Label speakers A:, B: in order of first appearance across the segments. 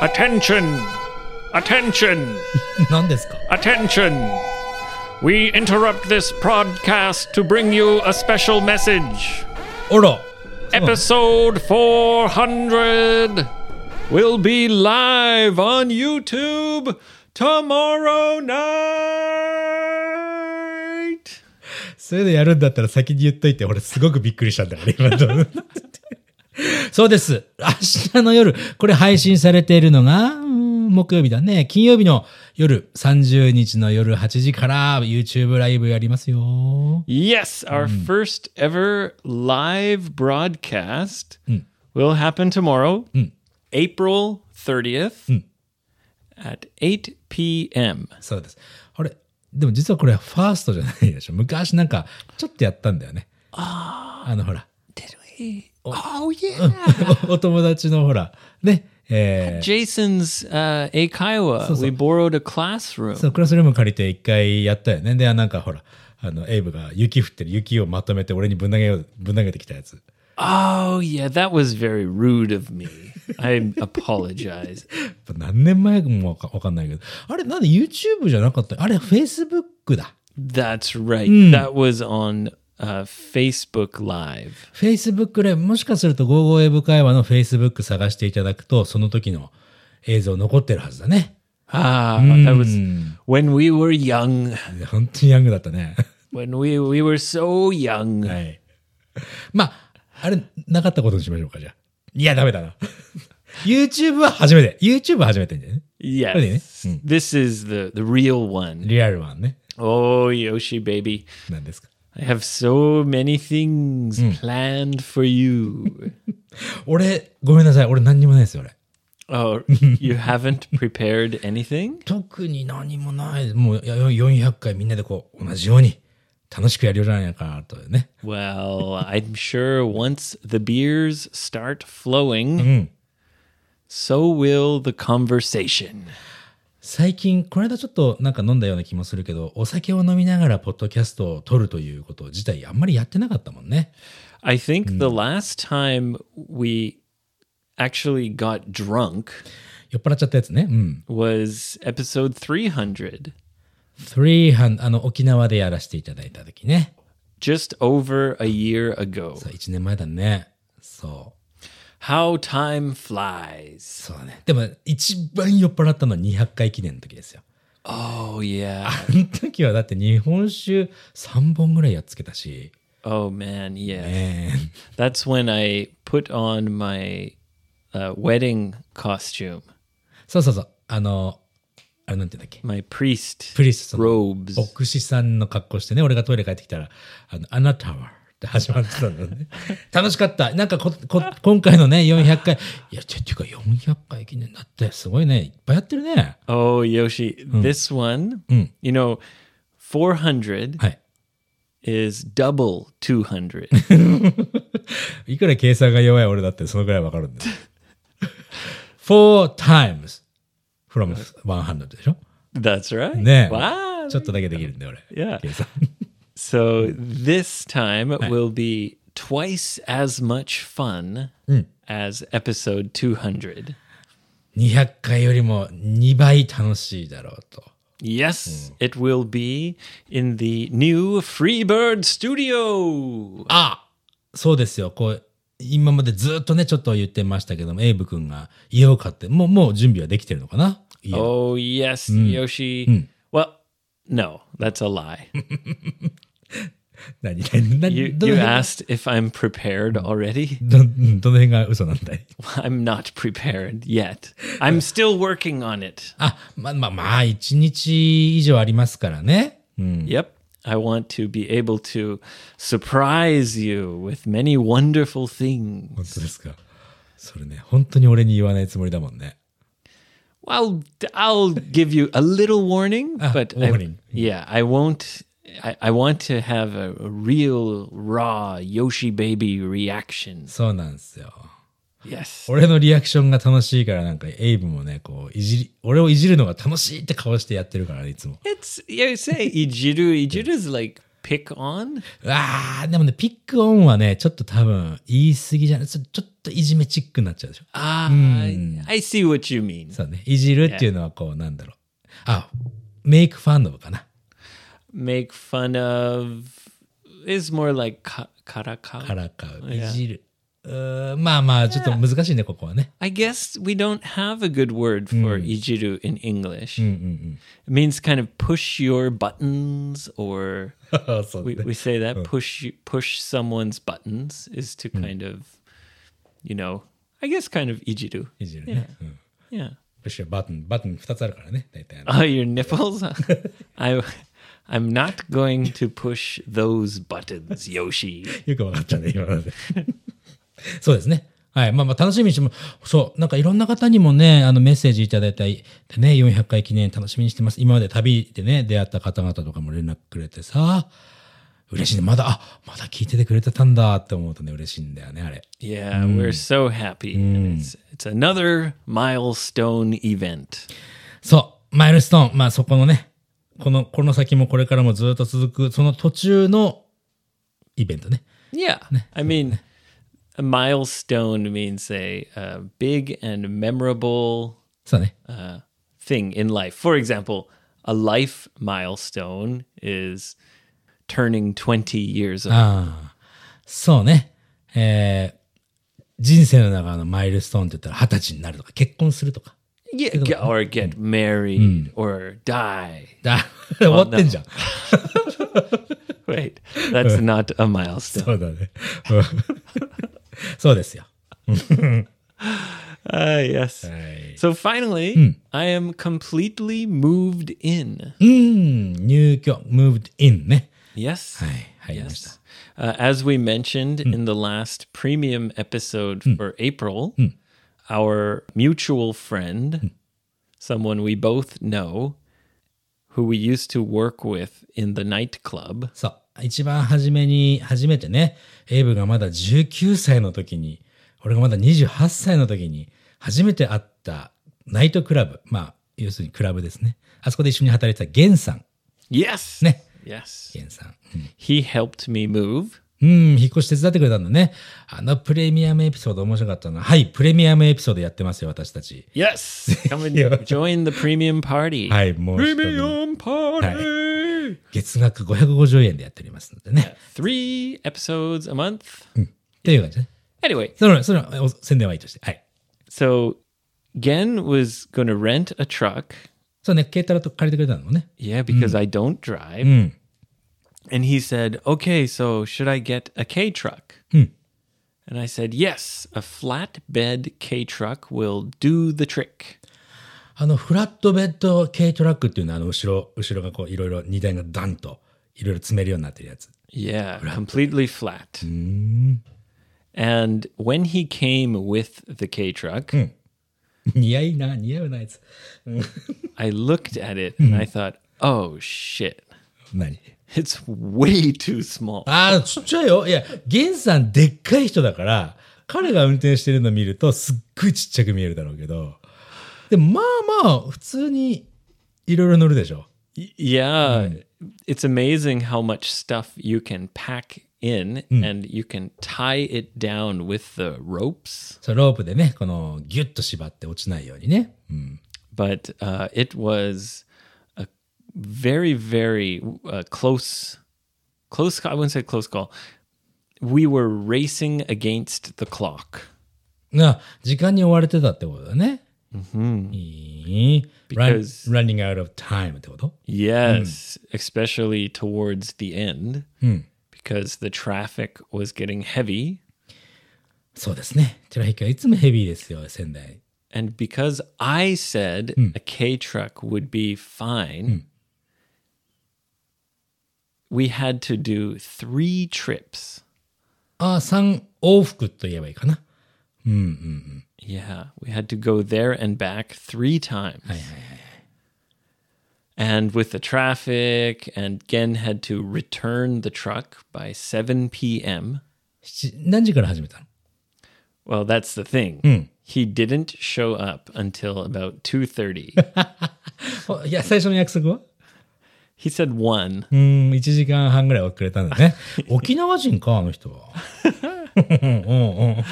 A: Attention! Attention!
B: 何ですか
A: Attention! We interrupt this broadcast to bring you a special message.
B: あら
A: Episode 400 will be live on YouTube tomorrow night.
B: そういうのやるんだったら先に言っといて、俺すごくびっくりしたんだから、今の。そうです。明日の夜、これ配信されているのが、うーん木曜日だね。金曜日の夜、30日の夜8時から YouTube ライブやりますよ。
A: Yes, our first ever live broadcast will happen tomorrow, April 30th at 8 p.m.
B: そうです。あれ、でも実はこれファーストじゃないでしょ。昔なんか、ちょっとやったんだよね。あの、ほら。
A: Did we? Oh, yeah.
B: おお友達のほら、ね、え
A: Jason's uh, Aikawa. We borrowed a classroom.
B: ー、そのクラスルーム借りて一回やったよね。で、なんかほら、あの、エイブが雪降ってる雪をまとめて俺にぶん投げよう、ぶん投げてきたやつ。
A: oh, yeah. That was very rude of me. I apologize.
B: 何年前もわかわかんないけど。あれ、なんで YouTube じゃなかったあれ、Facebook だ。
A: That's right. That was on uh, Facebook Live.
B: Facebook ライブ、もしかすると55英語会話の Facebook 探していただくと、その時の映像残ってるはずだね。
A: Ah, that was when we were
B: い
A: young.
B: や本当にヤングだったね。
A: When we we were so young.
B: はい。まあ、あれ、なかったことにしましょうか、じゃあ。いや、ダメだな。YouTube は初めて。YouTube は初めてんだよね。
A: Yes. This is the the real one.
B: リアルワンね。
A: Oh, Yoshi baby.
B: なんですか。
A: I have so many things planned for you.
B: 俺、ごめんなさい。俺何にもないですよ、俺。
A: oh, you haven't prepared anything?
B: 特に何もない。もうや400回みんなでこう、同じように楽しくやるようじゃないかなとね。
A: Well, I'm sure once the beers start flowing, so will the conversation.
B: 最近、この間ちょっとなんか飲んだような気もするけど、お酒を飲みながらポッドキャストを撮るということ自体あんまりやってなかったもんね。
A: I think the last time we actually got drunk
B: 酔っ払っちゃったやつね。うん。
A: was episode 300,
B: 300、あの、沖縄でやらせていただいた時ね。
A: just over a year ago.
B: そう、1年前だね。そう。
A: How time flies.
B: そうだね。でも、一番酔っ払ったのは200回記念の時ですよ。
A: Oh, yeah.
B: あの時はだって日本酒3本ぐらいやっつけたし、
A: Oh, man. Yeah.
B: えー
A: That's when I put on my uh, wedding costume,
B: そうそうそう、あの、あれなんて言うんだっけ、
A: my priest
B: プリストの
A: robes.
B: 牧師さんの格好してね、俺がトイレ帰ってきたら、あの、あなたは、って始まってたんだよね。楽しかった。 なんかこ、こ、今回のね、400回、いや、てっていうか400回記念だって、すごいね、いっぱいやってるね。
A: Oh, Yoshi, this one, you know, 400
B: はい。
A: is double 200.
B: いくら計算が弱い俺だってそのぐらいわかるんだよ。4 times from 100でしょ
A: That's right.
B: ねえ。
A: Wow.
B: ちょっとだけできるんだよ俺。
A: Yeah.
B: 計算。
A: So this time will be twice as much fun as episode 200.
B: 200回よりも2倍楽しいだろうと。
A: Yes, it will be in the new Freebird Studio.
B: あそうですよ。こう、今までずっとね、ちょっと言ってましたけども、エイブ君が家を買って、もう、もう準備はできてるのかな家を
A: Oh, yes, Yoshi. Well, no, that's a lie.
B: 何何何
A: You,
B: どの
A: you
B: 辺
A: asked if I'm prepared already.
B: どうんどの辺が嘘なんだい
A: I'm not prepared yet. I'm still working on it.
B: あ、ま、ま、まあ、1日以上ありますからね。
A: Yep. I want to be able to surprise you with many wonderful things.
B: 本当ですか。それね、本当に俺に言わないつもりだもんね。
A: Well, I'll give you a little warning, but I-
B: warning.
A: yeah, I won't. I, I want to have a, a real raw Yoshi baby reaction.
B: そうなんですよ。
A: Yes.
B: 俺のリアクションが楽しいから、なんか、エイブもね、こう、いじり、俺をいじるのが楽しいって顔してやってるから、いつも。
A: It's you say ijiru. Ijiru is like pick on?
B: あー、でもね、ピックオンはね、ちょっと多分言い過ぎじゃないちょちょっといじめチックになっちゃうでしょ。
A: Ah, I see what you mean.
B: そうね。いじるっていうのはこう、なんだろう。あ、メイクファンドかな。
A: Make fun of is more like ka- karakao.
B: からかう。いじる。うーまあまあ、ちょっと難しいね、ここはね。
A: I guess we don't have a good word for ijiru in English. It means kind of push your buttons or
B: そう
A: we, we say that push push someone's buttons is to kind of you know, I guess kind of ijiru.
B: いじるね。うん。
A: Yeah.
B: プッシュバトン、バトン2つあるからね、大体。
A: Oh, your nipples? I I'm not going to push those buttons, Yoshi.
B: よくわかったね、今ので。そうですね。はい。まあまあ、楽しみにしても、そう、なんかいろんな方にもね、あのメッセージいただいたり、でね、400回記念楽しみにしてます。今まで旅でね、出会った方々とかも連絡くれてさ、嬉しいね。まだ、あ、まだ聞いててくれてたんだって思うとね、嬉しいんだよね、あれ。
A: Yeah, we're so happy. And it's it's another milestone event.
B: そう、マイルストーン。まあそこのね、この、この先もこれからもずっと続く、その途中のイベントね。
A: Yeah. I mean, a milestone means a, uh big and memorable
B: そうね。
A: uh, thing in life. For example, a life milestone is turning 20 years old.
B: そうね。えー人生の中のマイルストーンって言ったら二十歳になるとか、結婚するとか。
A: yeah, get- or get married or die.
B: だ、終わってんじゃん。
A: Wait, that's not a milestone.
B: そうだね。 うんそうですよ。
A: Ah, yes. Hmm.
B: はい。
A: So finally, I am completely moved in.
B: うん、入居、moved in ね。
A: Yes.
B: はい、入りました。
A: Uh, as we mentioned in the last premium episode for April, our mutual friend, someone we both know, who we used to work with in the nightclub.
B: そう。一番初めに、初めてね、エイブがまだ19歳の時に、俺がまだ28歳の時に、初めて会ったナイトクラブ。まあ、要するにクラブですね。あそこで一緒に働いてたゲンさん。
A: Yes.
B: ね。
A: Yes.
B: ゲンさん。
A: He helped me move.
B: うん、引っ越し手伝ってくれたんだね。あのプレミアムエピソード面白かったな。はい、プレミアムエピソードやってますよ、私たち。
A: Yes. Come
B: Yeah.
A: and join the premium party.
B: はい、もう一度ね
A: Premium party.
B: 月額550円でやっておりますのでね。
A: Three episodes a month.
B: っていう感じね。
A: Anyway,
B: それ、それはお宣伝はいいとして。はい。
A: so Gen was going to rent a truck.
B: そうね、ケイタラと借りてくれたのもね。
A: Yeah, because I don't drive. And he said, Okay, so should I get a K truck? And I said, Yes, a flatbed K truck will do the trick.
B: あの、フラットベッド軽トラックっていうのは、あの、後ろ、後ろがこう、いろいろ荷台がダンと、いろいろ詰めるようになってるやつ。
A: Yeah, completely flat. And when he came with the K truck,
B: 似合いな、似合うなやつ。
A: I looked at it and I thought, Oh shit,
B: 何
A: it's way too small.
B: ああ、ちっちゃいよ。いや、ゲンさんでっかい人だから、彼が運転してるの見ると、すっごいちっちゃく見えるだろうけど、でもまあまあ、普通に、いろいろ乗るでしょ。
A: Yeah, it's amazing how much stuff you can pack in and you can tie it down with the ropes.
B: そう、ロープでね、この、ギュッと縛って落ちないようにね。うん。
A: But uh, it was a very, very uh, close, close. I wouldn't say close call. We were racing against the clock.
B: が、時間に追われてたってことだね。うん。いい。Run-
A: Because-
B: running out of time ってこと
A: Yes, especially towards the end because the traffic was getting heavy.
B: そうですね。テラヒックはいつもヘビーですよ、仙台。
A: And because I said a K truck would be fine, we had to do three trips.
B: ああ、3往復と言えばいいかな。
A: Yeah, we had to go there and back three times. And with the traffic, and Gen had to return the truck by 7 p.m.
B: 七何時から始めたの
A: Well, that's the thing. He didn't show up until about 2:30.
B: おいや、最初の約束は
A: He said one.
B: うーん、1時間半ぐらい遅れたんだね。沖縄人か、あの人は。うんうんうん。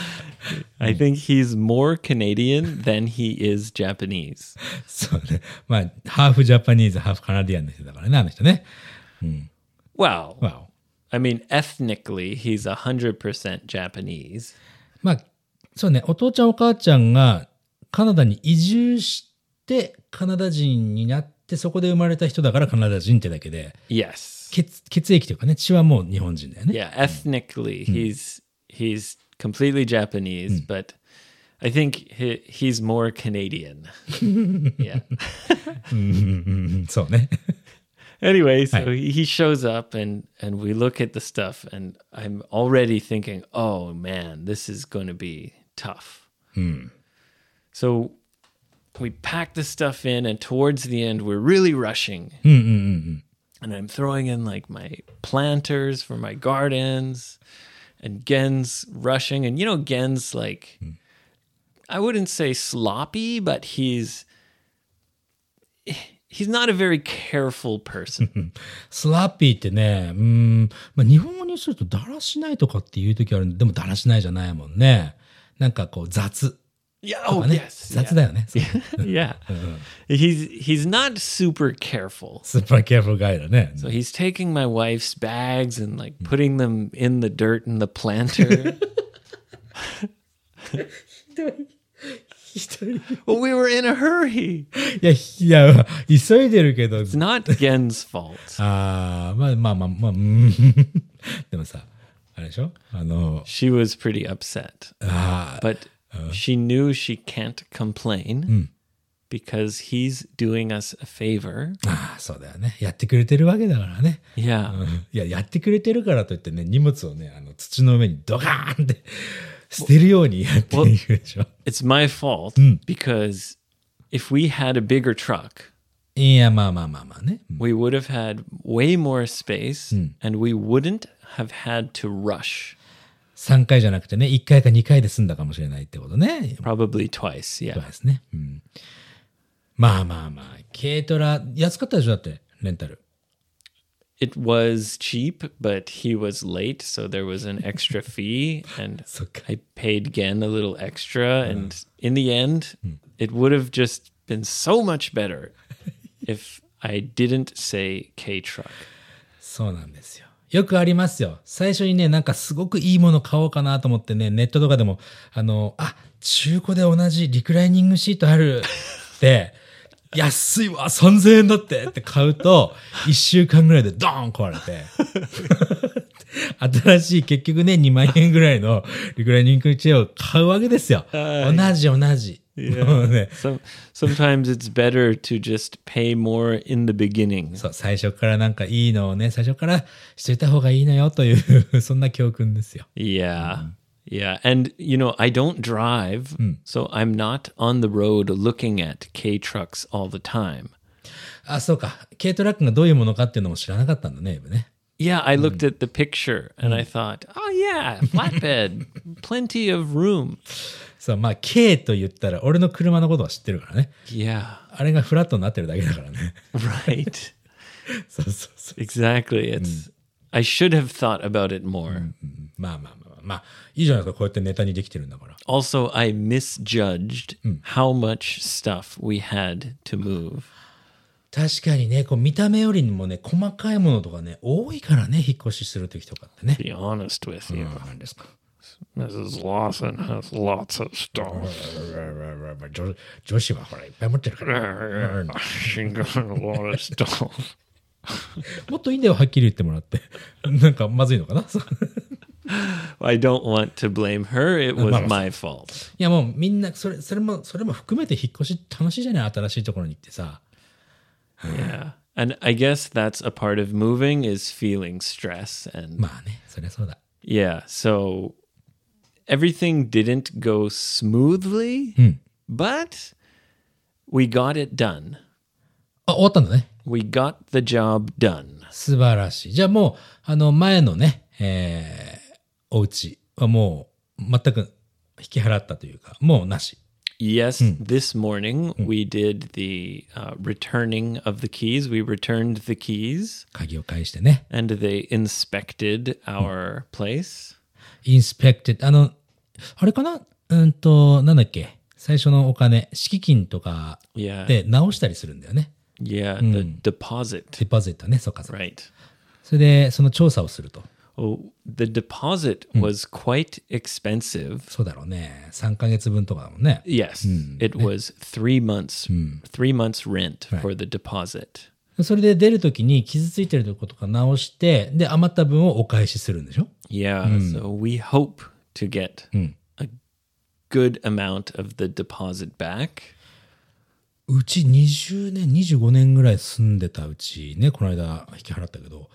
A: I think he's more Canadian than he is Japanese.
B: そうね。まあ、ハーフジャパニーズ、ハーフカナディアンの人だからね、あの人ね。
A: Well,
B: わお
A: I mean, ethnically, he's 100% Japanese.
B: まあ、そうね、お父ちゃんお母ちゃんがカナダに移住して、カナダ人になって、そこで生まれた人だからカナダ人ってだけで、
A: Yes.
B: 血血液というかね、血はもう日本人だよね。
A: Yeah, ethnically, he's he's completely Japanese, but I think he, he's more Canadian. yeah.
B: うんそうね。
A: Anyway, so he he shows up and and we look at the stuff and I'm already thinking, "Oh man, this is going to be tough." So we pack the stuff in and towards the end we're really rushing. And I'm throwing in like my planters for my gardens and Gen's rushing and you know Gen's like I wouldn't say sloppy, but he's he's not a very careful person.
B: スラッピーってね、うん、まあ、日本語にするとだらしないとかっていう時あるんで、でもだらしないじゃないもんね。なんかこう雑。
A: Yeah. Oh,
B: ね
A: yes.
B: 雑だよね。
A: Yeah. he's he's not super careful.
B: スーパーケアフルガイだね。
A: So he's taking my wife's bags and like putting them in the dirt in the planter.
B: 一人
A: well, we were in a hurry.
B: いや、いや、急いでるけど、
A: It's not Gen's
B: Uh-huh.
A: fault.
B: ああ、まあまあまあまあ、うん でもさ、あれでしょあの、
A: She was pretty upset. but she knew she can't complain because he's doing us a favor.
B: ああ、そうだよね。やってくれてるわけだからね。
A: Yeah.
B: いや、やってくれてるからといってね、荷物をね、あの土の上にドカーンって捨てるようにやっていくでしょ。
A: It's my fault because if we had a bigger truck,
B: いや、まあまあまあまあね。うん
A: we would have had way more space and we wouldn't have had to rush
B: 3回じゃなくてね、1回か2回で済んだかもしれないってことね。
A: probably twice yeah
B: ですね。うん。まあまあまあ、軽トラ、安かったでしょだって、レンタル。
A: it was cheap but he was late so there was an extra fee and
B: So good.
A: i paid again a little extra and in the end it would have just been so much better if i didn't say k truck
B: そうなんですよ。よくありますよ。最初にね、なんかすごくいいもの買おうかなと思ってね、ネットとかでも、あの、あ、中古で同じリクライニングシートあるって、 安いわ、3000円だってって買うと、1週間ぐらいでドーン壊れて。 新しい結局ね、2万円ぐらいのリクライニングチェアを買うわけですよ。同じ同じ。もうね、
A: Some, sometimes it's better to just pay more in the beginning
B: そう、最初からなんかいいのをね、最初からしといた方がいいのよという、そんな教訓ですよ。
A: Yeah. Yeah. And, you know, I don't drive, so I'm not on the road looking at K trucks all the time.
B: あ、そうか。軽トラックがどういうものかっていうのも知らなかったんだね、エブね。
A: Yeah, I looked at the picture and I thought, oh, yeah, flatbed, plenty of room.
B: そう、まあ、軽と言ったら、俺の車のことは知ってるからね。
A: Yeah,
B: あれがフラットになってるだけだからね。
A: right.
B: そうそうそう。
A: exactly. It's, I should have thought about it more.
B: まあまあまあまあ、まあ、いいじゃないですか。こうやってネタにできてるんだから。
A: Also, I misjudged how much stuff we had to move.
B: 確かにね、こう見た目よりもね、細かいものとかね、多いからね、引っ越しするときとかってね。
C: be honest with you.
B: なんですか。
C: Mrs. Lawson has lots of stuff.
B: 女女子はほら、いっぱい持ってるから。
C: She got a lot of stuff.
B: もっといいんだよ、はっきり言ってもらって。なんか、まずいのかなそう
A: I don't want to blame her. It was
B: Marvelous.
A: my fault.
B: いやもうみんなそれそれもそれも含めて引っ越し楽しいじゃない新しいところに行ってさ
A: Yeah. And I guess that's a part of moving is feeling stress and
B: まあねそりゃそうだ
A: yeah, so everything didn't go smoothly, but we got it done.
B: あ終わったんだね
A: We got the job done.
B: 素晴らしいじゃあもうあの前のねえー、お家はもう全く引き払ったというかもうなし
A: Yes, this morning we did the uh, returning of the keys. We returned the keys
B: 鍵を返してね。
A: and they inspected our place.
B: インスペクテッあの、あれかなうんと、なんだっけ最初のお金、敷金とか
A: Yeah.
B: で直したりするんだよね。
A: Yeah, the deposit.
B: デポジットね、そうかそうか。
A: Right.
B: それで、その調査をすると。
A: Oh, the deposit was quite expensive.
B: そうだろうね。3ヶ月分とかだもんね。
A: Yes, it was three months, three months rent for the deposit.
B: それで出るときに傷ついてるとことか直して、で、余った分をお返しするんでしょ
A: Yeah, so we hope to get a good amount of the deposit back.
B: うち20年、25年ぐらい住んでたうちね、この間引き払ったけど、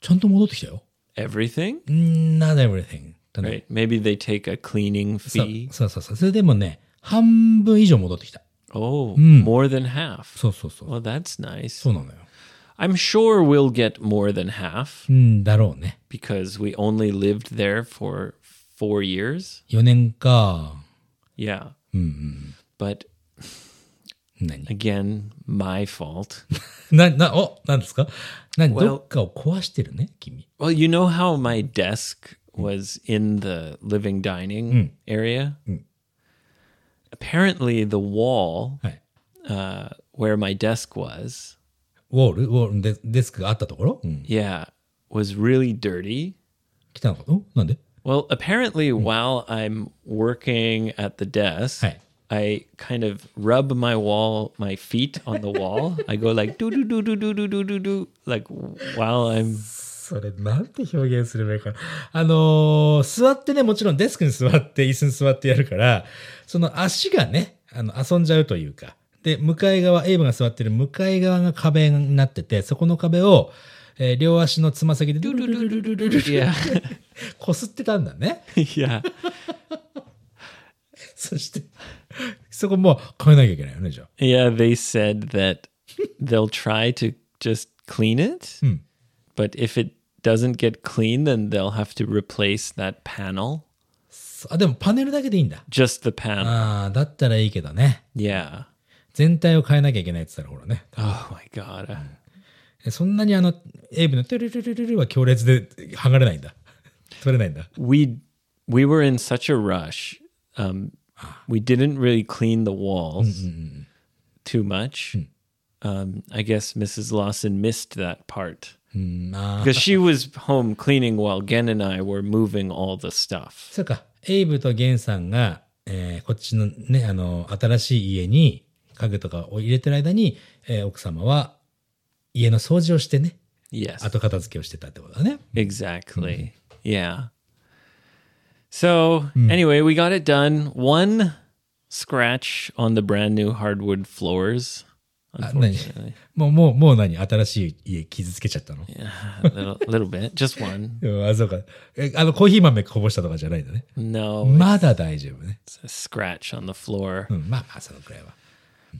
B: ちゃんと戻ってきたよ。
A: Everything,
B: んー not everything だね。
A: right? Maybe they take a cleaning
B: そう
A: fee.
B: そうそうそう。それでもね、半分以上戻ってきた。
A: Oh, more than half.
B: そうそうそう。
A: Well, that's nice.
B: そうなのよ。
A: I'm sure we'll get more than half
B: うんだろうね。
A: because we only lived there for four years.
B: 4年か。
A: Yeah. But
B: 何
A: again, my fault.
B: な、な、お、何ですか何
A: Well-
B: どっかを壊してるね、君。
A: Well, you know how my desk was in the living dining area? Apparently, the wall
B: はい。
A: uh, where my desk was,
B: ウォールウォールデデスクがあったところ、うん、
A: yeah, was really dirty.
B: 来たのかおなんで
A: Well, apparently, while I'm working at the desk,
B: Hey.
A: I kind of rub my wall, my feet on the wall. I go like do do do do do do do do do, like while I'm
B: それなんて表現すればいいかな。あのー座ってね、もちろんデスクに座って、椅子に座ってやるから、その足がね、あの、遊んじゃうというか。で、向かい側、エイブが座ってる向かい側が壁になってて、そこの壁を、えー両足のつま先で、ドゥルルルルルルルル
A: yeah
B: こすってたんだね。
A: yeah
B: そして、そこもう変えなきゃいけないよね、じゃあ。
A: yeah. They said that they'll try to just clean it, but if it doesn't get clean, then they'll have to replace that panel,
B: あ、でもパネルだけでいいんだ。
A: just the panel.
B: ああ、だったらいいけどね。
A: yeah.
B: 全体を変えなきゃいけないって言ったら、ほらね。
A: Oh my god. Uh,
B: えそんなにあの、エイブのトゥルルルルルは強烈で剥がれないんだ。 取れないんだ。
A: we we were in such a rush. Um, we didn't really clean the walls too much. Um, I guess Mrs. Lawson missed that part
B: うん、ああ。
A: because she was home cleaning while Gen and I were moving all the stuff.
B: そうか。エイブとゲンさんが、えーこっちのね、あの、新しい家に家具とかを入れてる間に、えー奥様は家の掃除をしてね、
A: Yes,
B: 後片付けをしてたってことだね。
A: exactly. Yeah. So anyway, we got it done. One scratch on the brand new hardwood floors.
B: あ何
A: Unfortunately,
B: もう、もう、もう何新しい家傷つけちゃったの
A: a little, little bit, just one.
B: うんあ、そうか。え、あの、コーヒー豆こぼしたとかじゃないんだね。
A: No,
B: まだ大丈夫ね。
A: a scratch on the floor.
B: うん、まあまあ、そのくらいは。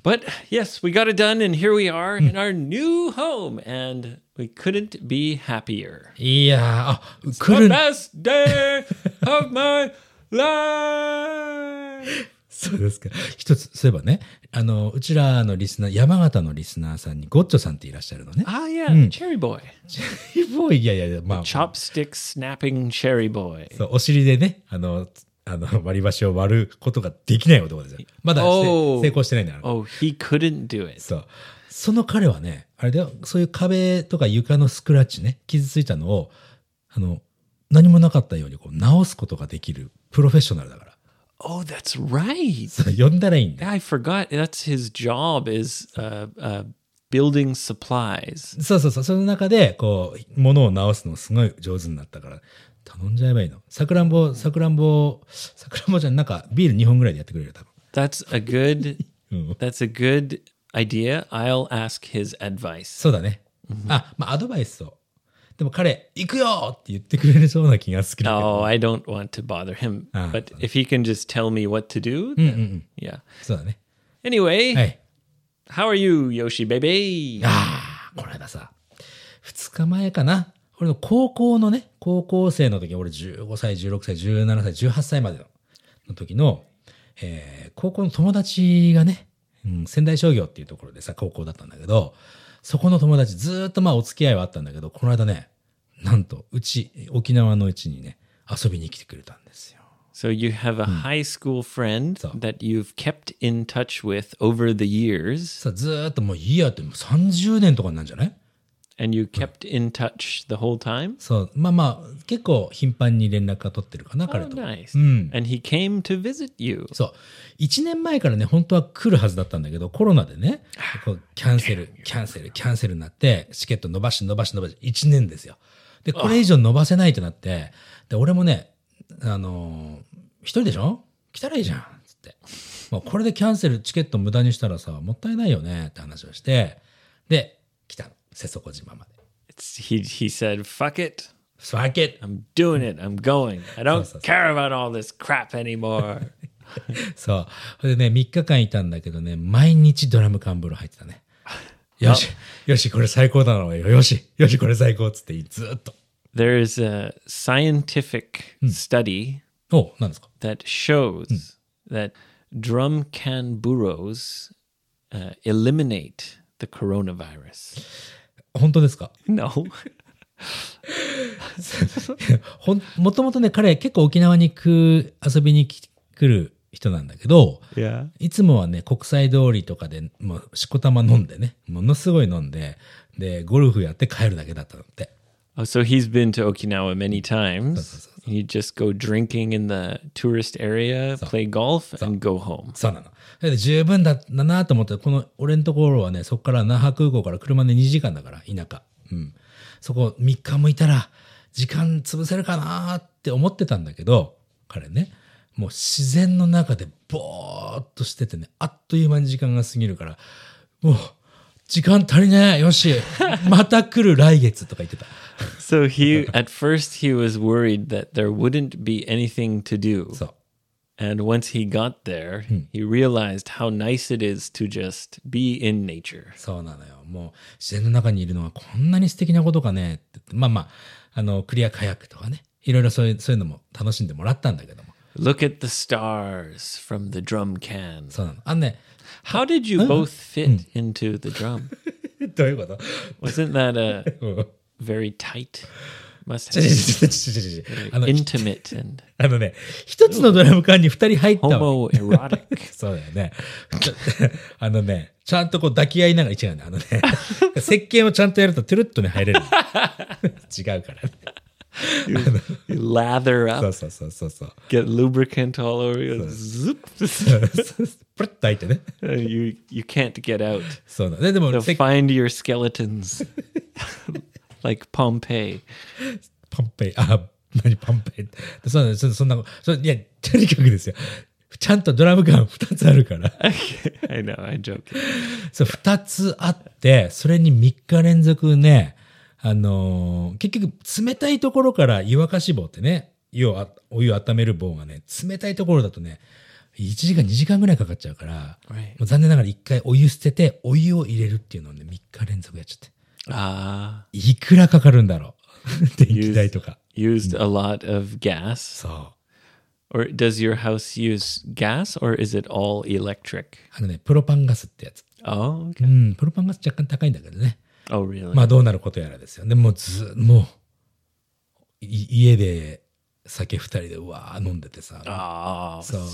A: But yes, we got it done, and here we are in our new home, and we couldn't be happier.
B: いやー、あ、来
A: The
B: る
A: best day of my life.
B: そうですか。一つ、そういえばね、あの、うちらのリスナー、山形のリスナーさんにゴッチョさんっていらっしゃるのね。
A: Ah, yeah, Cherry Boy,
B: もういやいやいや、まあ、
A: chopstick snapping Cherry Boy.
B: そうお尻でね、あの、あの割り箸を割ることができない男ですよ。まだして
A: おー
B: 成功してないんだから。
A: Oh, he couldn't do it.
B: そう。その彼はね、あれだよ、そういう壁とか床のスクラッチね、傷ついたのを、あの、何もなかったようにこう直すことができるプロフェッショナルだから。
A: Oh, that's right.
B: そう、呼んだらいいんだよ
A: Yeah, I forgot. That's his job is uh, uh, building supplies.
B: そうそうそう。その中で、こう、物を直すのすごい上手になったから、頼んじゃえばいいの。さくらんぼ、さくらんぼ、さくらんぼじゃん、なんかビール2本ぐらいでやってくれるよ、多分。
A: That's a good.
B: うん。
A: That's a good idea. I'll ask his advice.
B: そうだね。あ、まあ、アドバイスを。でも彼、行くよって言ってくれるそうな気がするけど。
A: No, Oh, I don't want to bother him.
B: Ah.
A: but if he can just tell me what to do, then, yeah.
B: そうだね。
A: Anyway,
B: はい。
A: how are you, Yoshi baby?
B: Ah. ああ、この間さ、2日前かな。俺の高校のね、高校生の時、俺15歳、16歳、17歳、18歳までのの時の、えー高校の友達がね、うん、仙台商業っていうところでさ、高校だったんだけど、そこの友達ずーっとまあお付き合いはあったんだけど、この間ね、なんと、うち、沖縄のうちにね、遊びに来てくれたんですよ。
A: So you have a high school friend that you've kept in touch with over the years,
B: さ、ずーっともういいやって、もう30年とかになるんじゃない
A: and you kept in touch the whole time.
B: そう、まあまあ、結構頻繁に連絡が取ってるかな、彼
A: Oh,
B: と。
A: nice. And he came to visit you.
B: そう。1年前からね、本当は来るはずだったんだけど、コロナでね、こうキャンセル、キャンセル、キャンセルになって、チケット伸ばし伸ばし伸ばし、1年ですよ。で、これ以上伸ばせないとなって、で、俺もね、あのー一人でしょ来たらいいじゃん、つって。もうこれでキャンセル、チケット無駄にしたらさ、もったいないよね、って話をして、で、来たの。瀬底島まで。
A: It's, he he said, "Fuck it,
B: スワーケッ
A: I'm doing it. I'm going. I don't
B: so-
A: care about all this crap anymore."
B: そう。それでね、3日間いたんだけどね、毎日ドラム缶風呂入ってたね。よし、よし、これ最高だろうよ。よし、よし、これ最高っつって、ずーっと。
A: there is a scientific study
B: お何ですか
A: that shows that drum can burros uh, eliminate the coronavirus.
B: 本当ですか
A: No.
B: ほん、もともとね、彼結構沖縄に来る、遊びに来る人なんだけど、
A: Yeah.
B: いつもはね、国際通りとかで、もう、しこたま飲んでね、ものすごい飲んで、で、ゴルフやって帰るだけだったのって。
A: Oh, so he's been to Okinawa many times. You just go drinking in the tourist area, play golf, and go home.
B: そうなの。それで十分だったなと思って、この俺のところはね、そこから那覇空港から車で2時間だから、田舎。うん。そこ3日もいたら、時間潰せるかなって思ってたんだけど、彼ね、もう自然の中でぼーっとしててね、あっという間に時間が過ぎるから、もう、時間足りねえよし また来る来月とか言ってた。
A: So he at first he was worried that there wouldn't be anything to do.
B: そう。
A: And once he got there, he realized how nice it is to just be in nature.
B: そうなのよ。もう自然の中にいるのはこんなに素敵なことかねって言ってまあまあ、あの、クリアカヤックとかね。いろいろそういう、そういうのも楽しんでもらったんだけども。
A: Look at the stars from the drum can.
B: そうなの。あのね、
A: How did you both fit into the drum?
B: どういうこと
A: Wasn't that a
B: うん
A: very tight? Must
B: ちょちょ
A: have
B: ちょちょちょちょちょ
A: been
B: あの、
A: intimate and
B: あのね、一つのドラム缶に二人入ったわけ
A: homoerotic.
B: そうだよね。 ちょあのね、ちゃんとこう抱き合いながら違うんだよ。あ のね、石鹸をちゃんとやるとトゥルッとね、入れる。 違うからね。
A: You lather
B: そ
A: up,
B: うそうそうそうそう。
A: get lubricant all over you, zoop,
B: プルッと入ってね。
A: and you you can't get out.
B: そうなの。で、でも、
A: So
B: 石
A: find your skeletons, like Pompeii.
B: パンペイ、あ、何パンペイって。そうなんです。そそんな、そいや、とにかくですよ。ちゃんとドラム缶2つあるから。
A: I know, I joke.
B: そう、2つあって、それに3日連続ね、あのー結局、冷たいところから湯沸かし棒ってね、湯をあ、お湯を温める棒がね、冷たいところだとね、1時間、2時間ぐらいかかっちゃうから、
A: Right.
B: もう残念ながら1回お湯捨てて、お湯を入れるっていうのをね、3日連続やっちゃって。
A: Ah,
B: いくらかかるんだろう。 電気代とか。
A: used a lot of gas.
B: そう。
A: Or does your house use gas or is it all electric?
B: あのね、プロパンガスってやつ。
A: Oh,
B: う
A: okay.
B: ん、プロパンガス若干高いんだけどね。
A: Oh, really?
B: まあどうなることやらですよね。もうず、もう、い家で酒二人でうわー飲んでてさ。
A: Oh,
B: So-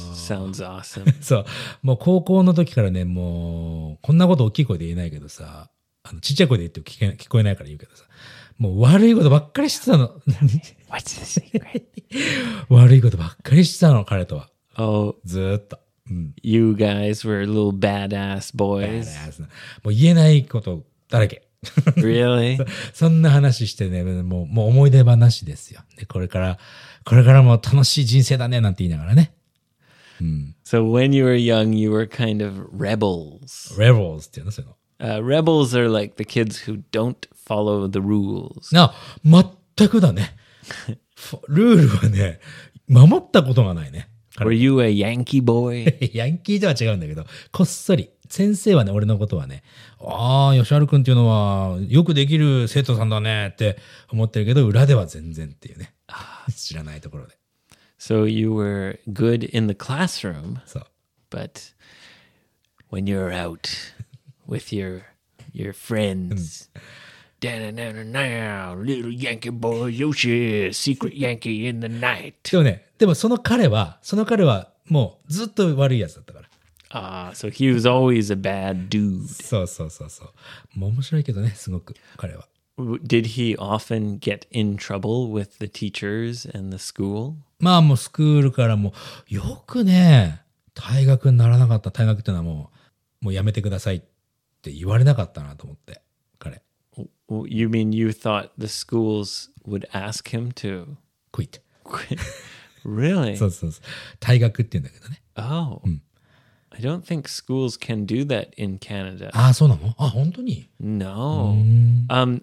A: sounds awesome.
B: そう。もう高校の時からね、もう、こんなこと大きい声で言えないけどさ、あの、ちっちゃい声で言っても聞け聞こえないから言うけどさ、もう悪いことばっかりしてたの。
A: What's the secret?
B: 悪いことばっかりしてたの、彼とは。
A: Oh,
B: ずーっと。うん。
A: you guys were little badass boys.
B: もう言えないことだらけ。
A: Really?
B: そんな話してね、もう、もう思い出話ですよ。で、これから、これからも楽しい人生だね、なんて言いながらね。
A: So when you were young, you were kind of rebels.
B: rebels っていうの、そういうの。
A: Uh, rebels are like the kids who don't follow the rules.
B: なあ、全くだね。 フルールはね、守ったことがないね。
A: Were you a Yankee boy?
B: ヤンキーとは違うんだけど、こっそり。先生はね、俺のことはね、ああ、吉原くんっていうのは、よくできる生徒さんだねって思ってるけど、裏では全然っていうね。知らないところで。
A: So you were good in the classroom,
B: そう。
A: but when you're out with your your friends. Da-na-na-na-na, little Yankee boy, Yoshi, secret Yankee in the night.
B: でもね、でもその彼は、その彼はもうずっと悪いやつだったから。
A: Ah, so he was always a bad dude.
B: そうそうそうそう。もう面白いけどね、すごく彼は。
A: W- Did he often get in trouble with the teachers and the school?
B: まあもうスクールからもうよくね、退学にならなかった。退学ってのはもう、もうやめてくださいって言われなかったなと思って、彼、
A: W- You mean you thought the schools would ask him to
B: クイッ。
A: quit? really?
B: そうそうそう。退学って言うんだけどね。
A: oh. I don't think schools can do that in Canada.
B: ああ、そうなのあ、本当に
A: No. Um,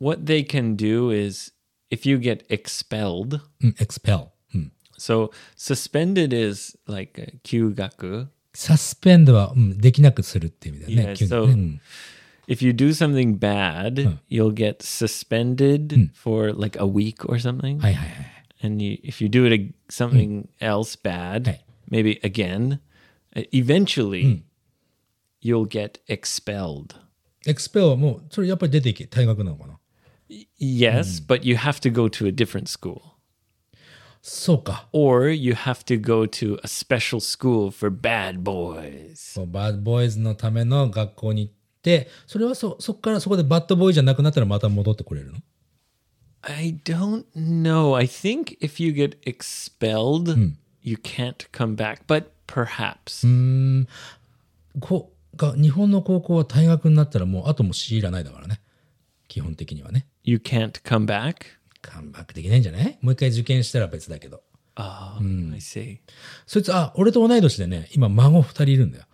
A: what they can do is if you get expelled,
B: うん、expel。うん。
A: so suspended is like uh, kyugaku.
B: サスペンドは、うん、できなくするっていう意味だよね。
A: Yeah,
B: 急に
A: so
B: ねうん
A: if you do something bad, you'll get suspended for like a week or something.
B: はいはいはい。
A: And you, if you do it ag- something else bad,
B: Right.
A: maybe again, uh, eventually you'll get expelled.
B: エクスペルはもう、それやっぱり出ていけ、退学なのかな
A: Yes, but you have to go to a different school.
B: そうか。
A: Or you have to go to a special school for bad boys.
B: そうバッドボーイズのための学校に行って、それはそ、そっからそこでバッドボーイじゃなくなったらまた戻ってこれるの
A: I don't know. I think if you get expelled, you can't come back, but perhaps.
B: こが日本の高校は退学になったらもう後も知らないだからね。基本的にはね。
A: you can't come back.
B: カムバックできないんじゃないもう一回受験したら別だけど。
A: Oh, I see.
B: そいつ、あ、俺と同い年でね、今孫二人いるんだよ。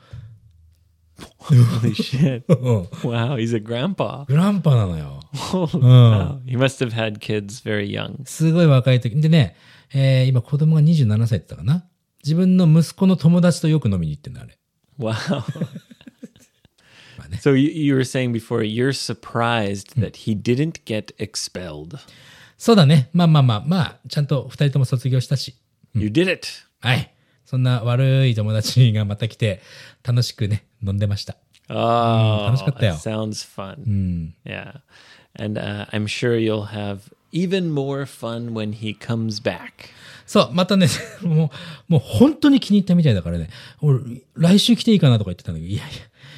A: Holy shit.
B: うん。
A: Wow, he's a grandpa.
B: グランパなのよ。
A: Wow. He must have had kids very young.
B: すごい若い時。でね、えー今子供が27歳って言ったかな。自分の息子の友達とよく飲みに行ってんだ、あれ。
A: Wow. so you, you were saying before you're surprised that he didn't get expelled.
B: そうだね。まあまあまあまあ、ちゃんと二人とも卒業したし。
A: You did it.
B: はい。そんな悪い友達がまた来て、楽しくね、飲んでました。
A: Oh,
B: 楽しかったよ。
A: that sounds fun. Yeah. And uh, I'm sure you'll have even more fun when he comes back.
B: そう、またね、 もう、もう本当に気に入ったみたいだからね、俺、来週来ていいかなとか言ってたんだけど、いやいや、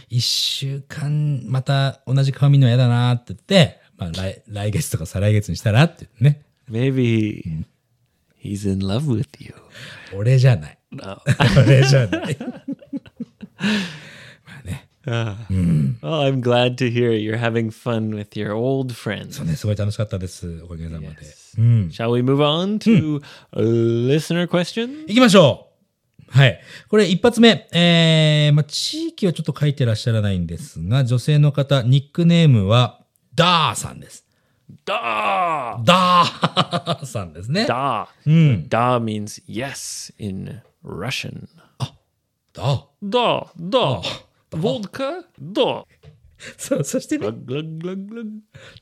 B: 一週間、また同じ顔見るの嫌だなって言って、まあ来、来月とか再来月にしたらって言ってね、
A: Maybe he's in love with you.
B: 俺じゃない。 俺じゃない。
A: Well, I'm glad to hear you're having fun with your old friends.
B: ね、すごい楽しかったです。おかげさまで。
A: Shall we move on to listener questions?
B: 行きましょうはい。これ一発目。えー、まあ、地域はちょっと書いてらっしゃらないんですが、女性の方、ニックネームは、ダーさんです。
A: Da!
B: ダーさんですね。
A: Da. Da means yes in Russian.
B: ダ
A: Da, da. Vodka, da.
B: そう、そしてね、
A: Glug, glug, glug, glug.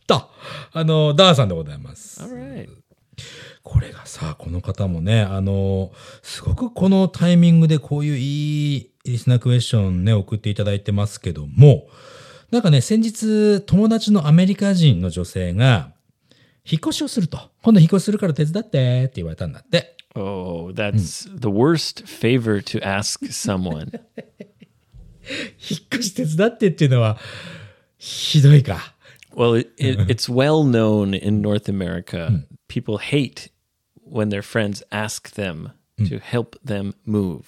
B: ダあの、ダーさんでございます。
A: All right.
B: これがさ、この方もね、あの、すごくこのタイミングでこういういいリスナークエスチョンね、送っていただいてますけども、なんかね、先日、友達のアメリカ人の女性が、引っ越しをすると。今度引っ越しするから手伝ってって言われたんだって。
A: Oh, that's the worst favor to ask someone.
B: 引っ越し手伝ってっていうのは、ひどいか。
A: well, it, it, it's well known in North America. People hate when their friends ask them to help them move.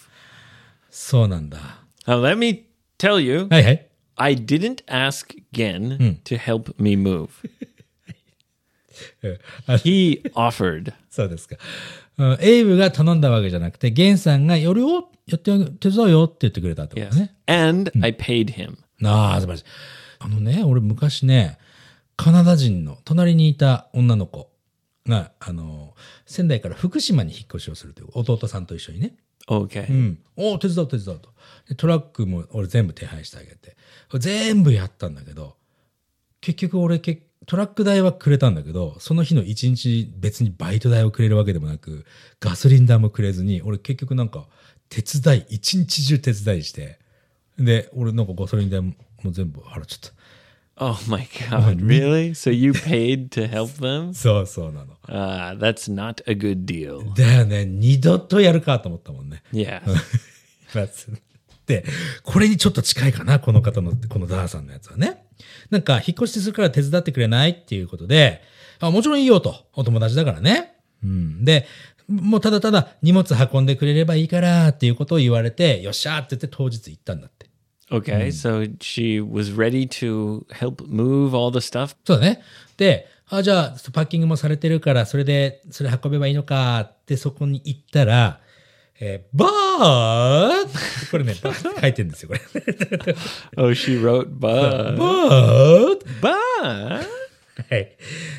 B: そうなんだ。
A: Now, let me tell you.
B: はいはい。
A: I didn't ask Gen to help me move.
B: うんあ
A: He offered.
B: そうですか。うんエイブが頼んだわけじゃなくて、ゲンさんが、よるよ、やってあげ手伝うよって言ってくれたってこと
A: Yes.
B: ね。
A: And I paid him.
B: ああ、素晴らしい。あのね、俺昔ね、カナダ人の隣にいた女の子が、あの、仙台から福島に引っ越しをするという弟さんと一緒にね。
A: Okay.
B: うん。おお、手伝う手伝うと。でトラックも俺全部手配してあげて。全部やったんだけど、結局俺けトラック代はくれたんだけど、その日の一日別にバイト代をくれるわけでもなく、ガソリン代もくれずに、俺結局なんか手伝い、一日中手伝いして、で、俺なんかガソリン代も全部払っちゃった。
A: Oh my god, really? So you paid to help them?
B: そうそうなの。
A: Uh, that's not a good deal.
B: だよね、二度とやるかと思ったもんね。
A: Yeah.
B: ます で、これにちょっと近いかな、この方の、このダーさんのやつはね。なんか、引っ越しするから手伝ってくれないっていうことで、あもちろんいいよと、お友達だからね。うん。で、もうただただ荷物運んでくれればいいからっていうことを言われて、よっしゃーって言って当日行ったんだって。
A: Okay, so she was ready to help move all the stuff.
B: そうだね。で、あ、じゃあ、パッキングもされてるから、それで、それ運べばいいのかって、そこに行ったら、えー、バーこれね、バーって書いてるんですよ、これ。
A: Oh, she wrote, but,
B: バー
A: but.
B: はい。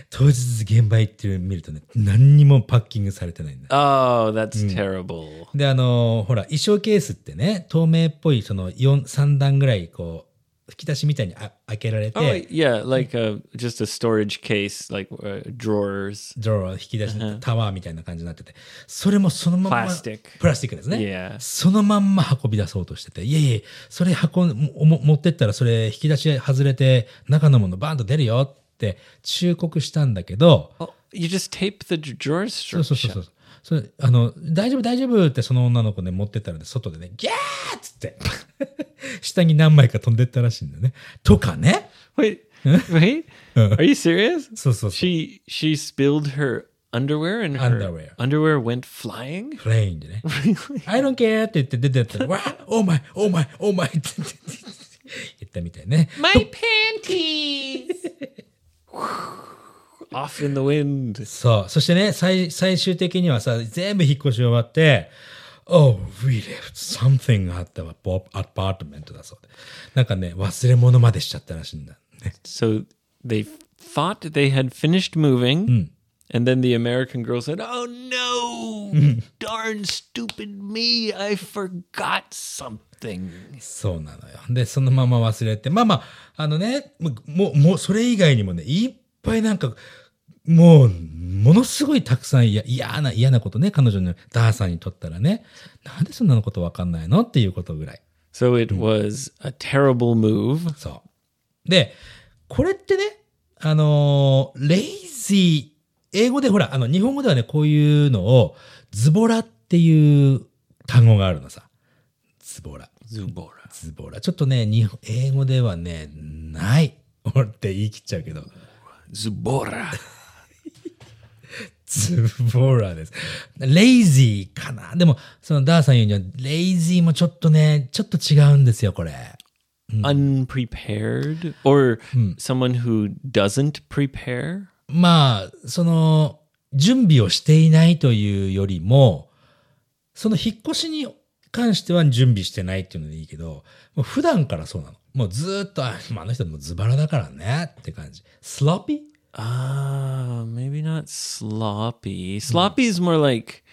B: 当日現場行ってみるとね、何にもパッキングされてないんだ。
A: Oh, that's terrible.
B: で、あのーほら、衣装ケースってね、透明っぽい、その4、3段ぐらい、こう、吹き出しみたいにあ開けられ
A: Oh,
B: て、
A: yeah, like a, just a storage case, like uh, drawers.
B: ドロー、引き出しのタワーみたいな感じになってて、それもそのまんま、
A: プラスチック
B: プラスチックですね。
A: Yeah.
B: そのまんま運び出そうとしてて、いやいや、それ運んもも持ってったらそれ引き出し外れて、中のものバーンと出るよって忠告したんだけど、
A: Oh, you just tape the d- drawers
B: そう
A: str-
B: そうそうそう。それあの大丈夫大丈夫ってその女の子ね持ってったらね外でねギャーっつって 下に何枚か飛んでったらしいんだよね。とかね
A: Wait, wait. Are you serious?
B: そうそうそう
A: She she spilled her underwear and her
B: Underwear.
A: underwear went flying.
B: プレインでね「I don't care」って言って出てったら「わあお前お前お前」って言って言ったみたいね。
A: My panties. Off in the wind.
B: そう。そしてね、最、最終的にはさ、全部引っ越し終わって、Oh, we left something at the bo- apartment だそうで。なんかね、忘れ物までしちゃったらしいんだ。ね
A: So they thought they had finished moving. And then the American girl said, Oh no, darn stupid me, I forgot something.
B: そうなのよ。で、そのまま忘れて、まあまあ、あのね、もう、もう、もうそれ以外にもね、いっぱいなんか、もう、ものすごいたくさん嫌嫌な、嫌なことね、彼女のダーさんにとったらね、なんでそんなのことわかんないのっていうことぐらい。
A: So it was a terrible move.
B: そう。で、これってね、あのーレイジー、英語でほら、あの、日本語ではね、こういうのを、ズボラっていう単語があるのさ。ズボラ。
A: Zubora.
B: ズボラ。ちょっとね、日本英語ではね、ない。俺って言い切っちゃうけど、
A: Zubora.
B: ズボラです。レイジーかな。でも、そのダーさん言うには、レイジーもちょっとね、ちょっと違うんですよ、これ。
A: Unprepared or someone who doesn't prepare.
B: まあ、その、準備をしていないというよりも、その引っ越しに関しては準備してないっていうのでいいけど、もう普段からそうなの。もうずーっと、あまああの人もうズバラだからねって感じ。スロッピー
A: Ah, maybe not sloppy. Sloppy is more like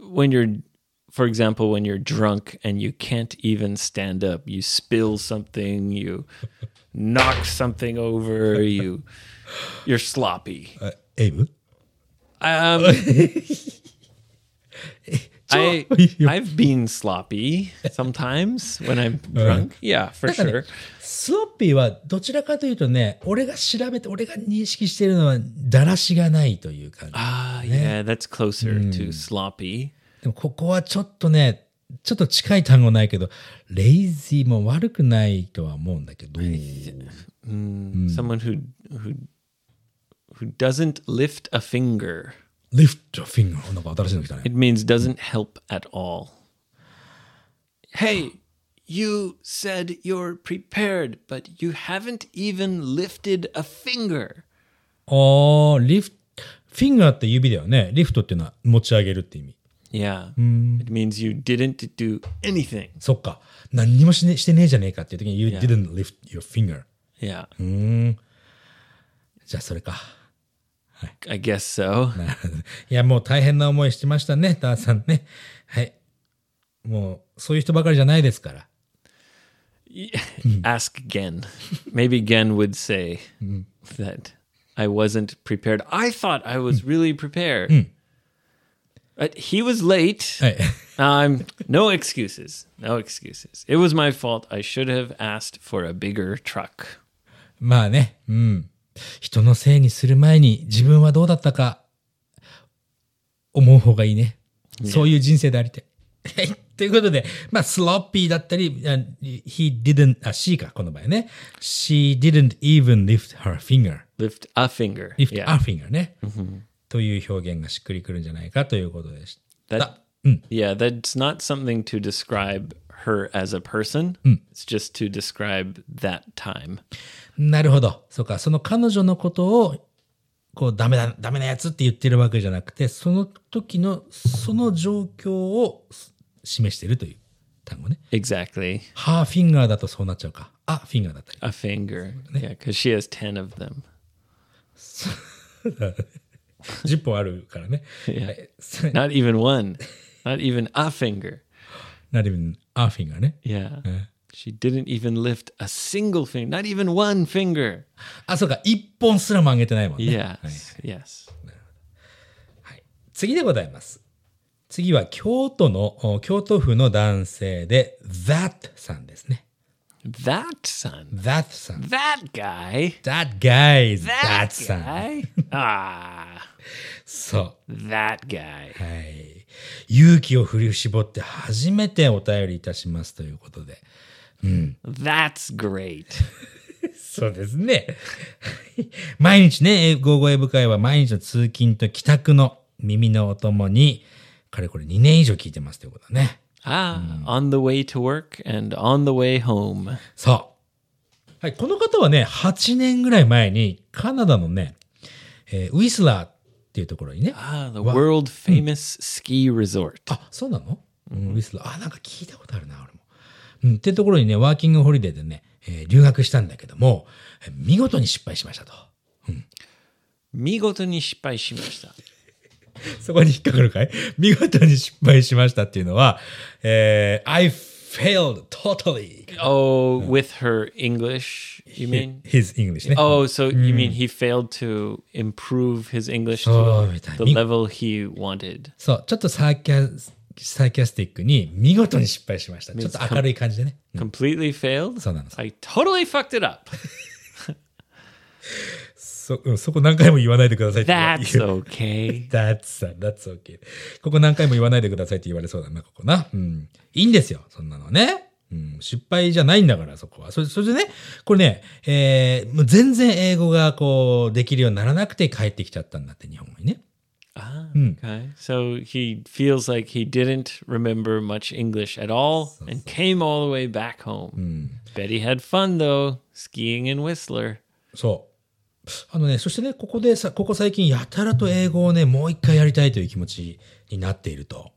A: when you're, for example, when you're drunk and you can't even stand up. You spill something, you knock something over, you, you're sloppy.
B: あエイブ
A: Um, I, I've been sloppy sometimes when I'm drunk. Yeah, for sure.
B: スロッピーはどちらかというとね、俺が調べて、俺が認識しているのは、だらしがないという感じ。
A: Ah, yeah, that's closer to sloppy.
B: でもここはちょっとね、ちょっと近い単語ないけど、レイジーも悪くないとは思うんだけど、
A: someone who who who doesn't lift a finger.
B: リフトフィンガー。なんか新しいの来たね。
A: It means doesn't help at all. Hey, you said you're prepared, but you haven't even lifted a finger.
B: ああ、リフト、フィンガーって指だよね。リフトっていうのは持ち上げるって意味。
A: Yeah. It means you didn't do anything.
B: そっか。何にもし,、ね、してねえじゃねえかっていう時に、You didn't lift your finger.
A: Yeah.
B: じゃあそれか。
A: I guess so.
B: いや、もう大変な思いしてましたね、ダーさんね。はい。もう、そういう人ばかりじゃないですから。
A: ask Gen. Maybe Gen would say that I wasn't prepared. I thought I was really prepared. But he was late.
B: はい。
A: Um, no excuses. No excuses. It was my fault. I should have asked for a bigger truck.
B: まあね、うん。人のせいにする前に自分はどうだったか思う方がいいね。そういう人生でありたい。はいということで、まあ、スロッピーだったり、あ he didn't, あ、she か、この場合ね。she didn't even lift her finger.
A: Lift a finger.
B: lift
A: yeah.
B: a finger ね。という表現がしっくりくるんじゃないかということでした。
A: That, Yeah, that's not something to describe her as a person. It's just to describe that time.
B: なるほど。そうか。その彼女のことを、こう、ダメだ、ダメなやつって言ってるわけじゃなくて、その時の、その状況を示してるという単語ね。
A: Exactly.
B: ハーフィンガーだとそうなっちゃうか。あ、フィンガーだったり。
A: A finger. Yeah, because she has 10 of them.
B: 10本あるからね。はいそ
A: Not even one. Not even a finger.
B: なるべく、アーフィンガーね。
A: Yeah. She didn't even lift a single finger, not even one finger.
B: あ、そうか。1本すらも上げてないもんね。
A: Yes. Yes.
B: 次でございます。次は京都の、お京都府の男性で、that さんですね。
A: That son.
B: that さん。
A: That guy.
B: that guy, that
A: uh,
B: さん。
A: guy. ah,
B: そう。
A: that guy.
B: はい。勇気を振り絞って初めてお便りいたしますということで。
A: That's great.
B: そうですね。 毎日ね、英語英語会は毎日の通勤と帰宅の耳のお供に、かれこれ2年以上聞いてますということだね。
A: Ah, on the way to work and on the way home.
B: そう。はい、この方はね、8年ぐらい前にカナダのね、えーウィスラーっていうところにね。
A: Ah, the world famous ski resort.
B: あ、そうなの、うん、ウィスラー。あ、なんか聞いたことあるな、俺も。うん、ってところにね、ワーキングホリデーでね、えー留学したんだけども、えー見事に失敗しましたと。
A: 見事に失敗しました。
B: そこに引っかかるかい 見事に失敗しましたっていうのは、えー I failed totally
A: Oh, with her English, you mean?
B: his English ね。
A: Oh, so you mean he failed to improve his English to
B: そうみたい
A: the
B: に。
A: level he wanted?
B: そう、ちょっとサーキャサーキャスティックに見事に失敗しました。ちょっと明るい感じでね。
A: Hmm. Completely failed?
B: そうなの。
A: I totally fucked it up.
B: そうんそこ何回も言わないでくださいって言わ
A: That's okay.
B: That's, that's okay. ここ何回も言わないでくださいって言われそうだな、ここな。うん。いいんですよ、そんなのね。うん、失敗じゃないんだから、そこは。それ、それでね、これね、えー、もう全然英語がこう、できるようにならなくて帰ってきちゃったんだって、日本にね。
A: Ah, okay. So he feels like he didn't remember much English at all and came all the way back home. Bet he had fun though, skiing in Whistler.
B: そう。あのね、そしてね、ここでさ、ここ最近やたらと英語をね、もう一回やりたいという気持ちになっていると。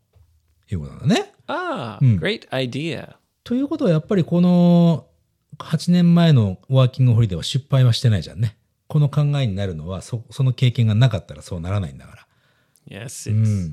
B: いうことなんだね。
A: Ah, great idea.
B: ということはやっぱりこの8年前のワーキングホリデーは失敗はしてないじゃんね。この考えになるのはそその経験がなかったらそうならないんだから。
A: Yes, it's,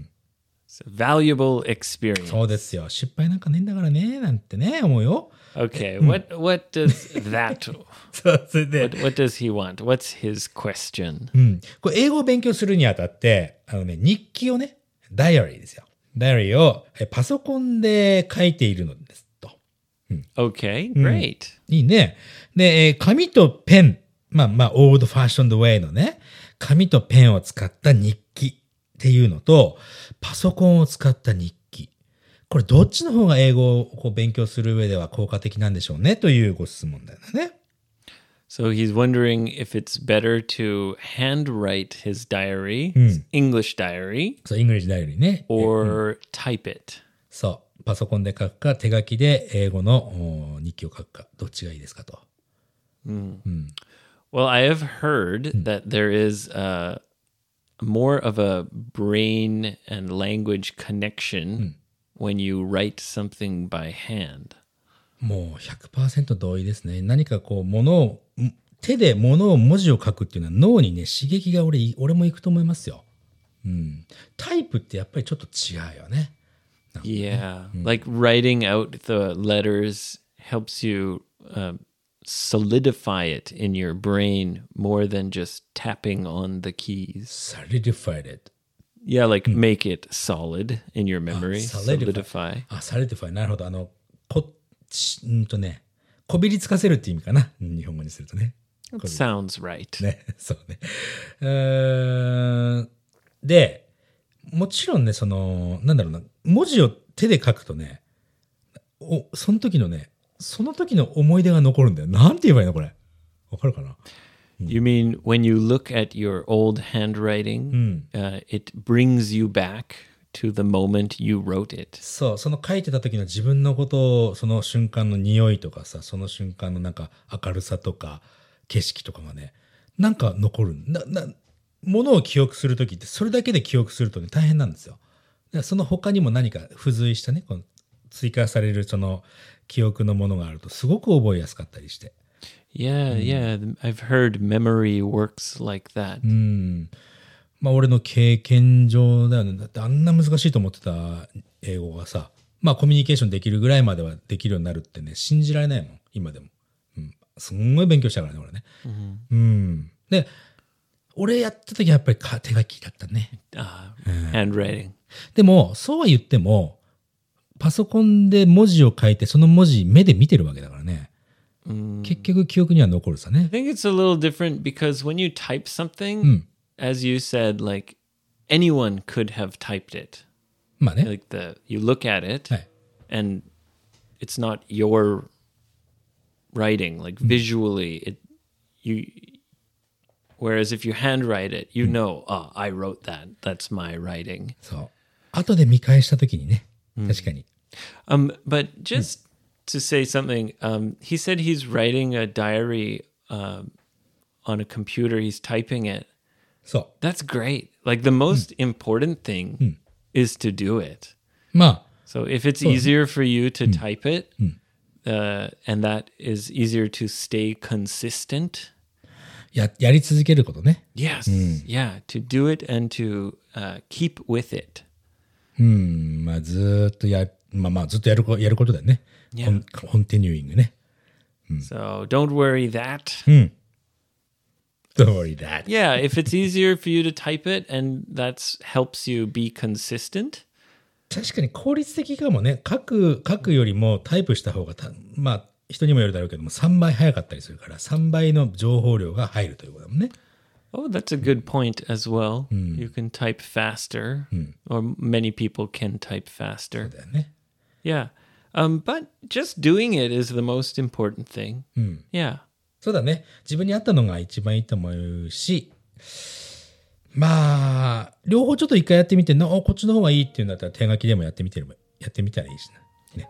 A: it's a valuable experience.
B: そうですよ。失敗なんかねえんだからね、なんてね、思うよ。
A: Okay, what what does that
B: そう、それで
A: what, what does he want? What's his question?
B: うん。これ英語を勉強するにあたって、あのね、日記をね、ダイアリーですよ。ダイアリーをえパソコンで書いているのですと。
A: Okay, great.
B: いいね。で、えー紙とペン。まあまあ、オールドファッションドウェイのね、紙とペンを使った日記っていうのと、パソコンを使った日記。これどっちの方が英語をこう勉強する上では効果的なんでしょうねというご質問だよね。
A: So he's wondering if it's better to handwrite his diary, his English diary,
B: そう、イングリッシュダイアリーね。
A: or type it.
B: そう、パソコンで書くか、手書きで英語のお日記を書くか、どっちがいいですかと。
A: Well, I have heard that there is uh, more of a brain and language connection when you write something by hand.
B: もう100%同意ですね。何かこう、ものを、ん手で物を文字を書くっていうのは脳にね、刺激が俺い、俺も行くと思いますよ。うん。タイプってやっぱりちょっと違うよね。
A: Yeah. Like writing out the letters helps you uh, solidify it in your brain more than just tapping on the keys.
B: solidified it.
A: Yeah, like make it solid in your memory. solidify.
B: あ、solidify。なるほど。あの、こ、しうんとね、こびりつかせるって意味かな。うん日本語にするとね。
A: That sounds right.
B: ね、 そうね。うーんで、もちろんね、その、なんだろうな、文字を手で書くとね、おその時のね、その時の思い出が残るんだよ。なんて言えばいいのこれ。わかるかな
A: You mean when you look at your old handwriting, uh, it brings you back to the moment you wrote it.
B: そう、その書いてた時の自分のことを、その瞬間の匂いとかさ、その瞬間のなんか明るさとか、景色とかがね、なんか残る。な、な、ものを記憶する時って、それだけで記憶するとね、大変なんですよ。だからその他にも何か付随したね、この追加されるその記憶のものがあると、すごく覚えやすかったりして。
A: Yeah, yeah. I've heard memory works like that.
B: まあ俺の経験上だよね。だってあんな難しいと思ってた英語がさ、まあコミュニケーションできるぐらいまではできるようになるってね、信じられないもん、今でも。うん。すんごい勉強したからね、俺ね。うん。で、俺やった時はやっぱりか手書きだったね。
A: Uh, Handwriting.
B: でも、そうは言っても、パソコンで文字を書いて、その文字目で見てるわけだからね。結局記憶には残るさね
A: I。think it's a little different because when you type something, as you said, like anyone could have typed it.
B: まあね。
A: Like the you look at it
B: はい。
A: and it's not your writing, like visually it you whereas if you handwrite it, you know, ah, I wrote that. That's my writing.
B: そう。後で見返した時にね。確かに。
A: Um, but just to say something, um, he said he's writing a diary um, on a computer. He's typing it.
B: そう。
A: That's great. Like the most important thing is to do it.
B: まあ、
A: So if it's easier for you to type it, uh, and that is easier to stay consistent.
B: や、やり続けることね。
A: Yes. Yeah. To do it and to uh, keep with it.
B: うん、まあずーっとや、まあまあずっとやるこやることだよね。コンコンティニューイングね。
A: Hmm. So don't worry that.
B: Don't worry that.
A: Yeah, if it's easier for you to type it and that's helps you be consistent.
B: 確かに効率的かもね。書く、書くよりもタイプした方がた、まあ人にもよるだろうけども、3倍早かったりするから、3倍の情報量が入るということだもんね。
A: Oh, that's a good point as well. You can type faster, or many people can type faster.
B: だよね。
A: Yeah. Um, but just doing it is the most important thing. Yeah.
B: そうだね。自分に合ったのが一番いいと思うし、まあ、両方ちょっと一回やってみて、なおこっちの方がいいっていうんだったら手書きでもやってみてれば、やってみたらいいしな。ね。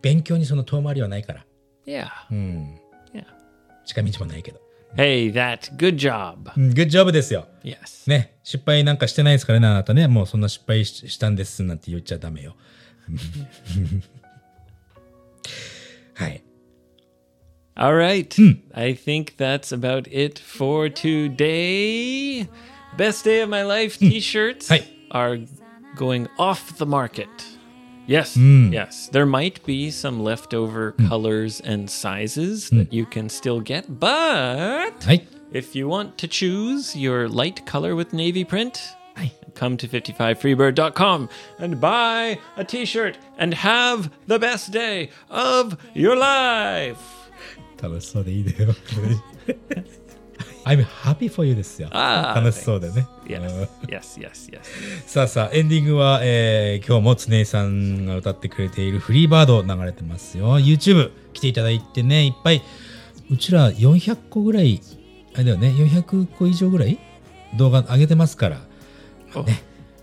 B: 勉強にその遠回りはないから。
A: Yeah.
B: うん。
A: Yeah.
B: 近道もないけど。
A: Hey, that. Good job.
B: うん、グッジョブですよ。
A: Yes.
B: ね。失敗なんかしてないですからね、あなたね。もうそんな失敗ししたんですなんて言っちゃダメよ。 はい。
A: All right. I think that's about it for today. Best day of my life t shirts
B: Hi.
A: are going off the market. Yes, yes. There might be some leftover colors and sizes that you can still get, but
B: はい。
A: if you want to choose your light color with navy print,
B: はい。
A: come to 55freebird.com and buy a t shirt and have the best day of your life.
B: 楽しそうでいいだよ。I'm happy for you ですよ。
A: あー
B: 楽しそうでね。
A: Yes, yes, yes, yes.
B: さあさあ、エンディングは、えー今日も常井さんが歌ってくれているフリーバード流れてますよ。YouTube 来ていただいてね、いっぱい。うちら400個ぐらい、あれだよね、400個以上ぐらい動画上げてますから、
A: Oh,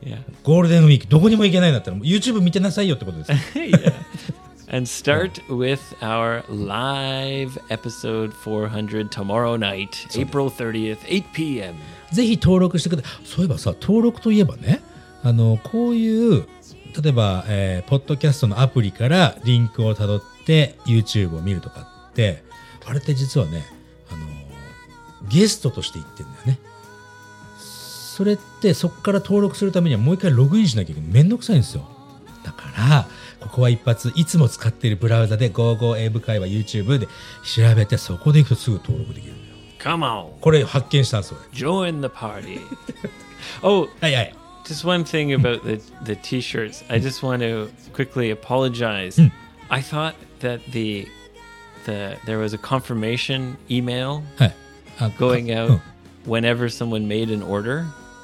A: yeah.
B: ゴールデンウィークどこにも行けないんだったら、もう YouTube 見てなさいよってことですよ。
A: yeah. And start with our live episode 400 tomorrow night, April 30th, 8 p.m.
B: ぜひ登録してください。そういえばさ、登録といえばね、あの、こういう、例えば、えーポッドキャストのアプリからリンクをたどって YouTube を見るとかって、あれって実はね、あのゲストとして言ってんだよね。それって、そこから登録するためにはもう一回ログインしなきゃいけない。めんどくさいんですよ。だかから、ここは一発、いつも使っているブラウザで GoGo 英語会話 YouTube で調べて、そこで行くとすぐ登録できるんだよ。
A: Come on,
B: これ発見したんです、俺。
A: join the party. oh,
B: はいはい。
A: just one thing about the the t-shirts. I just want to quickly apologize. I thought that the the there was a confirmation email
B: はい。あ
A: going
B: か
A: out
B: うん
A: whenever someone made an order,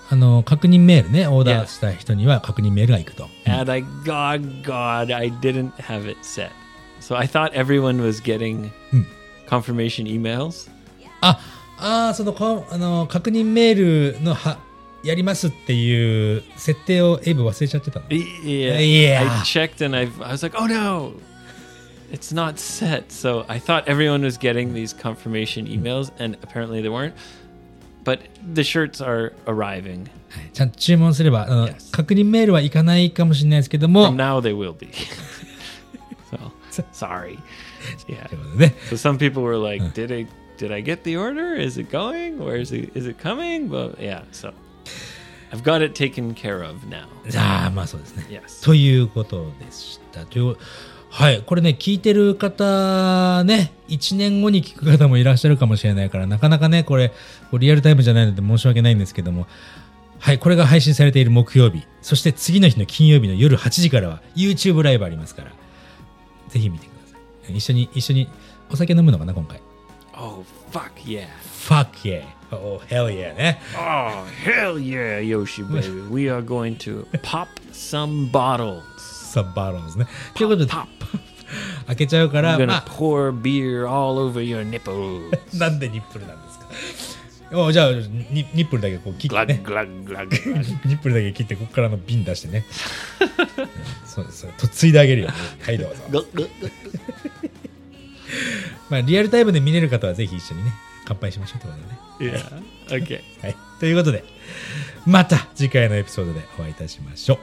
B: あの、確認メールね、オーダー
A: Yeah.
B: した人には確認メールが行くと。
A: and I God God I didn't have it set. So I thought everyone was getting confirmation emails.
B: あ、あーそのこあの確認メールのはやりますっていう設定をエイブ忘れちゃってたの。
A: Y- Yeah,
B: Yeah.
A: I checked and I I was like, oh no, it's not set. So I thought everyone was getting these confirmation emails, and apparently they weren't. But the shirts are arriving.
B: はいちゃんと注文すればあの
A: Yes.
B: 確認メールはいかないかもしれないですけども。と
A: Now they will be. so sorry.
B: いう
A: Yeah.
B: ことでね
A: So some people were like, did I did I get the order? Is it going? Where is it? Is it coming? Well, yeah. So I've got it taken care of now.
B: じゃあまあそうですね。
A: Yes.
B: ということでした。というはいこれね聞いてる方ね1年後に聞く方もいらっしゃるかもしれないからなかなかねこれこうリアルタイムじゃないので申し訳ないんですけどもはいこれが配信されている木曜日そして次の日の金曜日の夜8時からは YouTube ライブありますからぜひ見てください一緒に一緒にお酒飲むのかな今回
A: Oh fuck yeah.
B: Fuck yeah Oh hell yeah ね
A: Oh, hell yeah, Yoshi baby. We are going to pop some bottles.
B: サッバーロンですねということで
A: Pop.
B: 開けちゃうか
A: I'm
B: ら
A: going
B: ま
A: to
B: あ
A: pour beer all over your nipples.
B: なんでニップルなんですかおじゃあにニップルだけこう切って
C: Glug,
B: ね
C: glug, glug, glug.
B: ニップルだけ切ってここからの瓶出してねそうですそうとっついであげるよはいどうぞ、 まあ、リアルタイムで見れる方はぜひ一緒にね乾杯しましょうってことでね
A: yeah. Okay.
B: はいということでまた次回のエピソードでお会いいたしましょう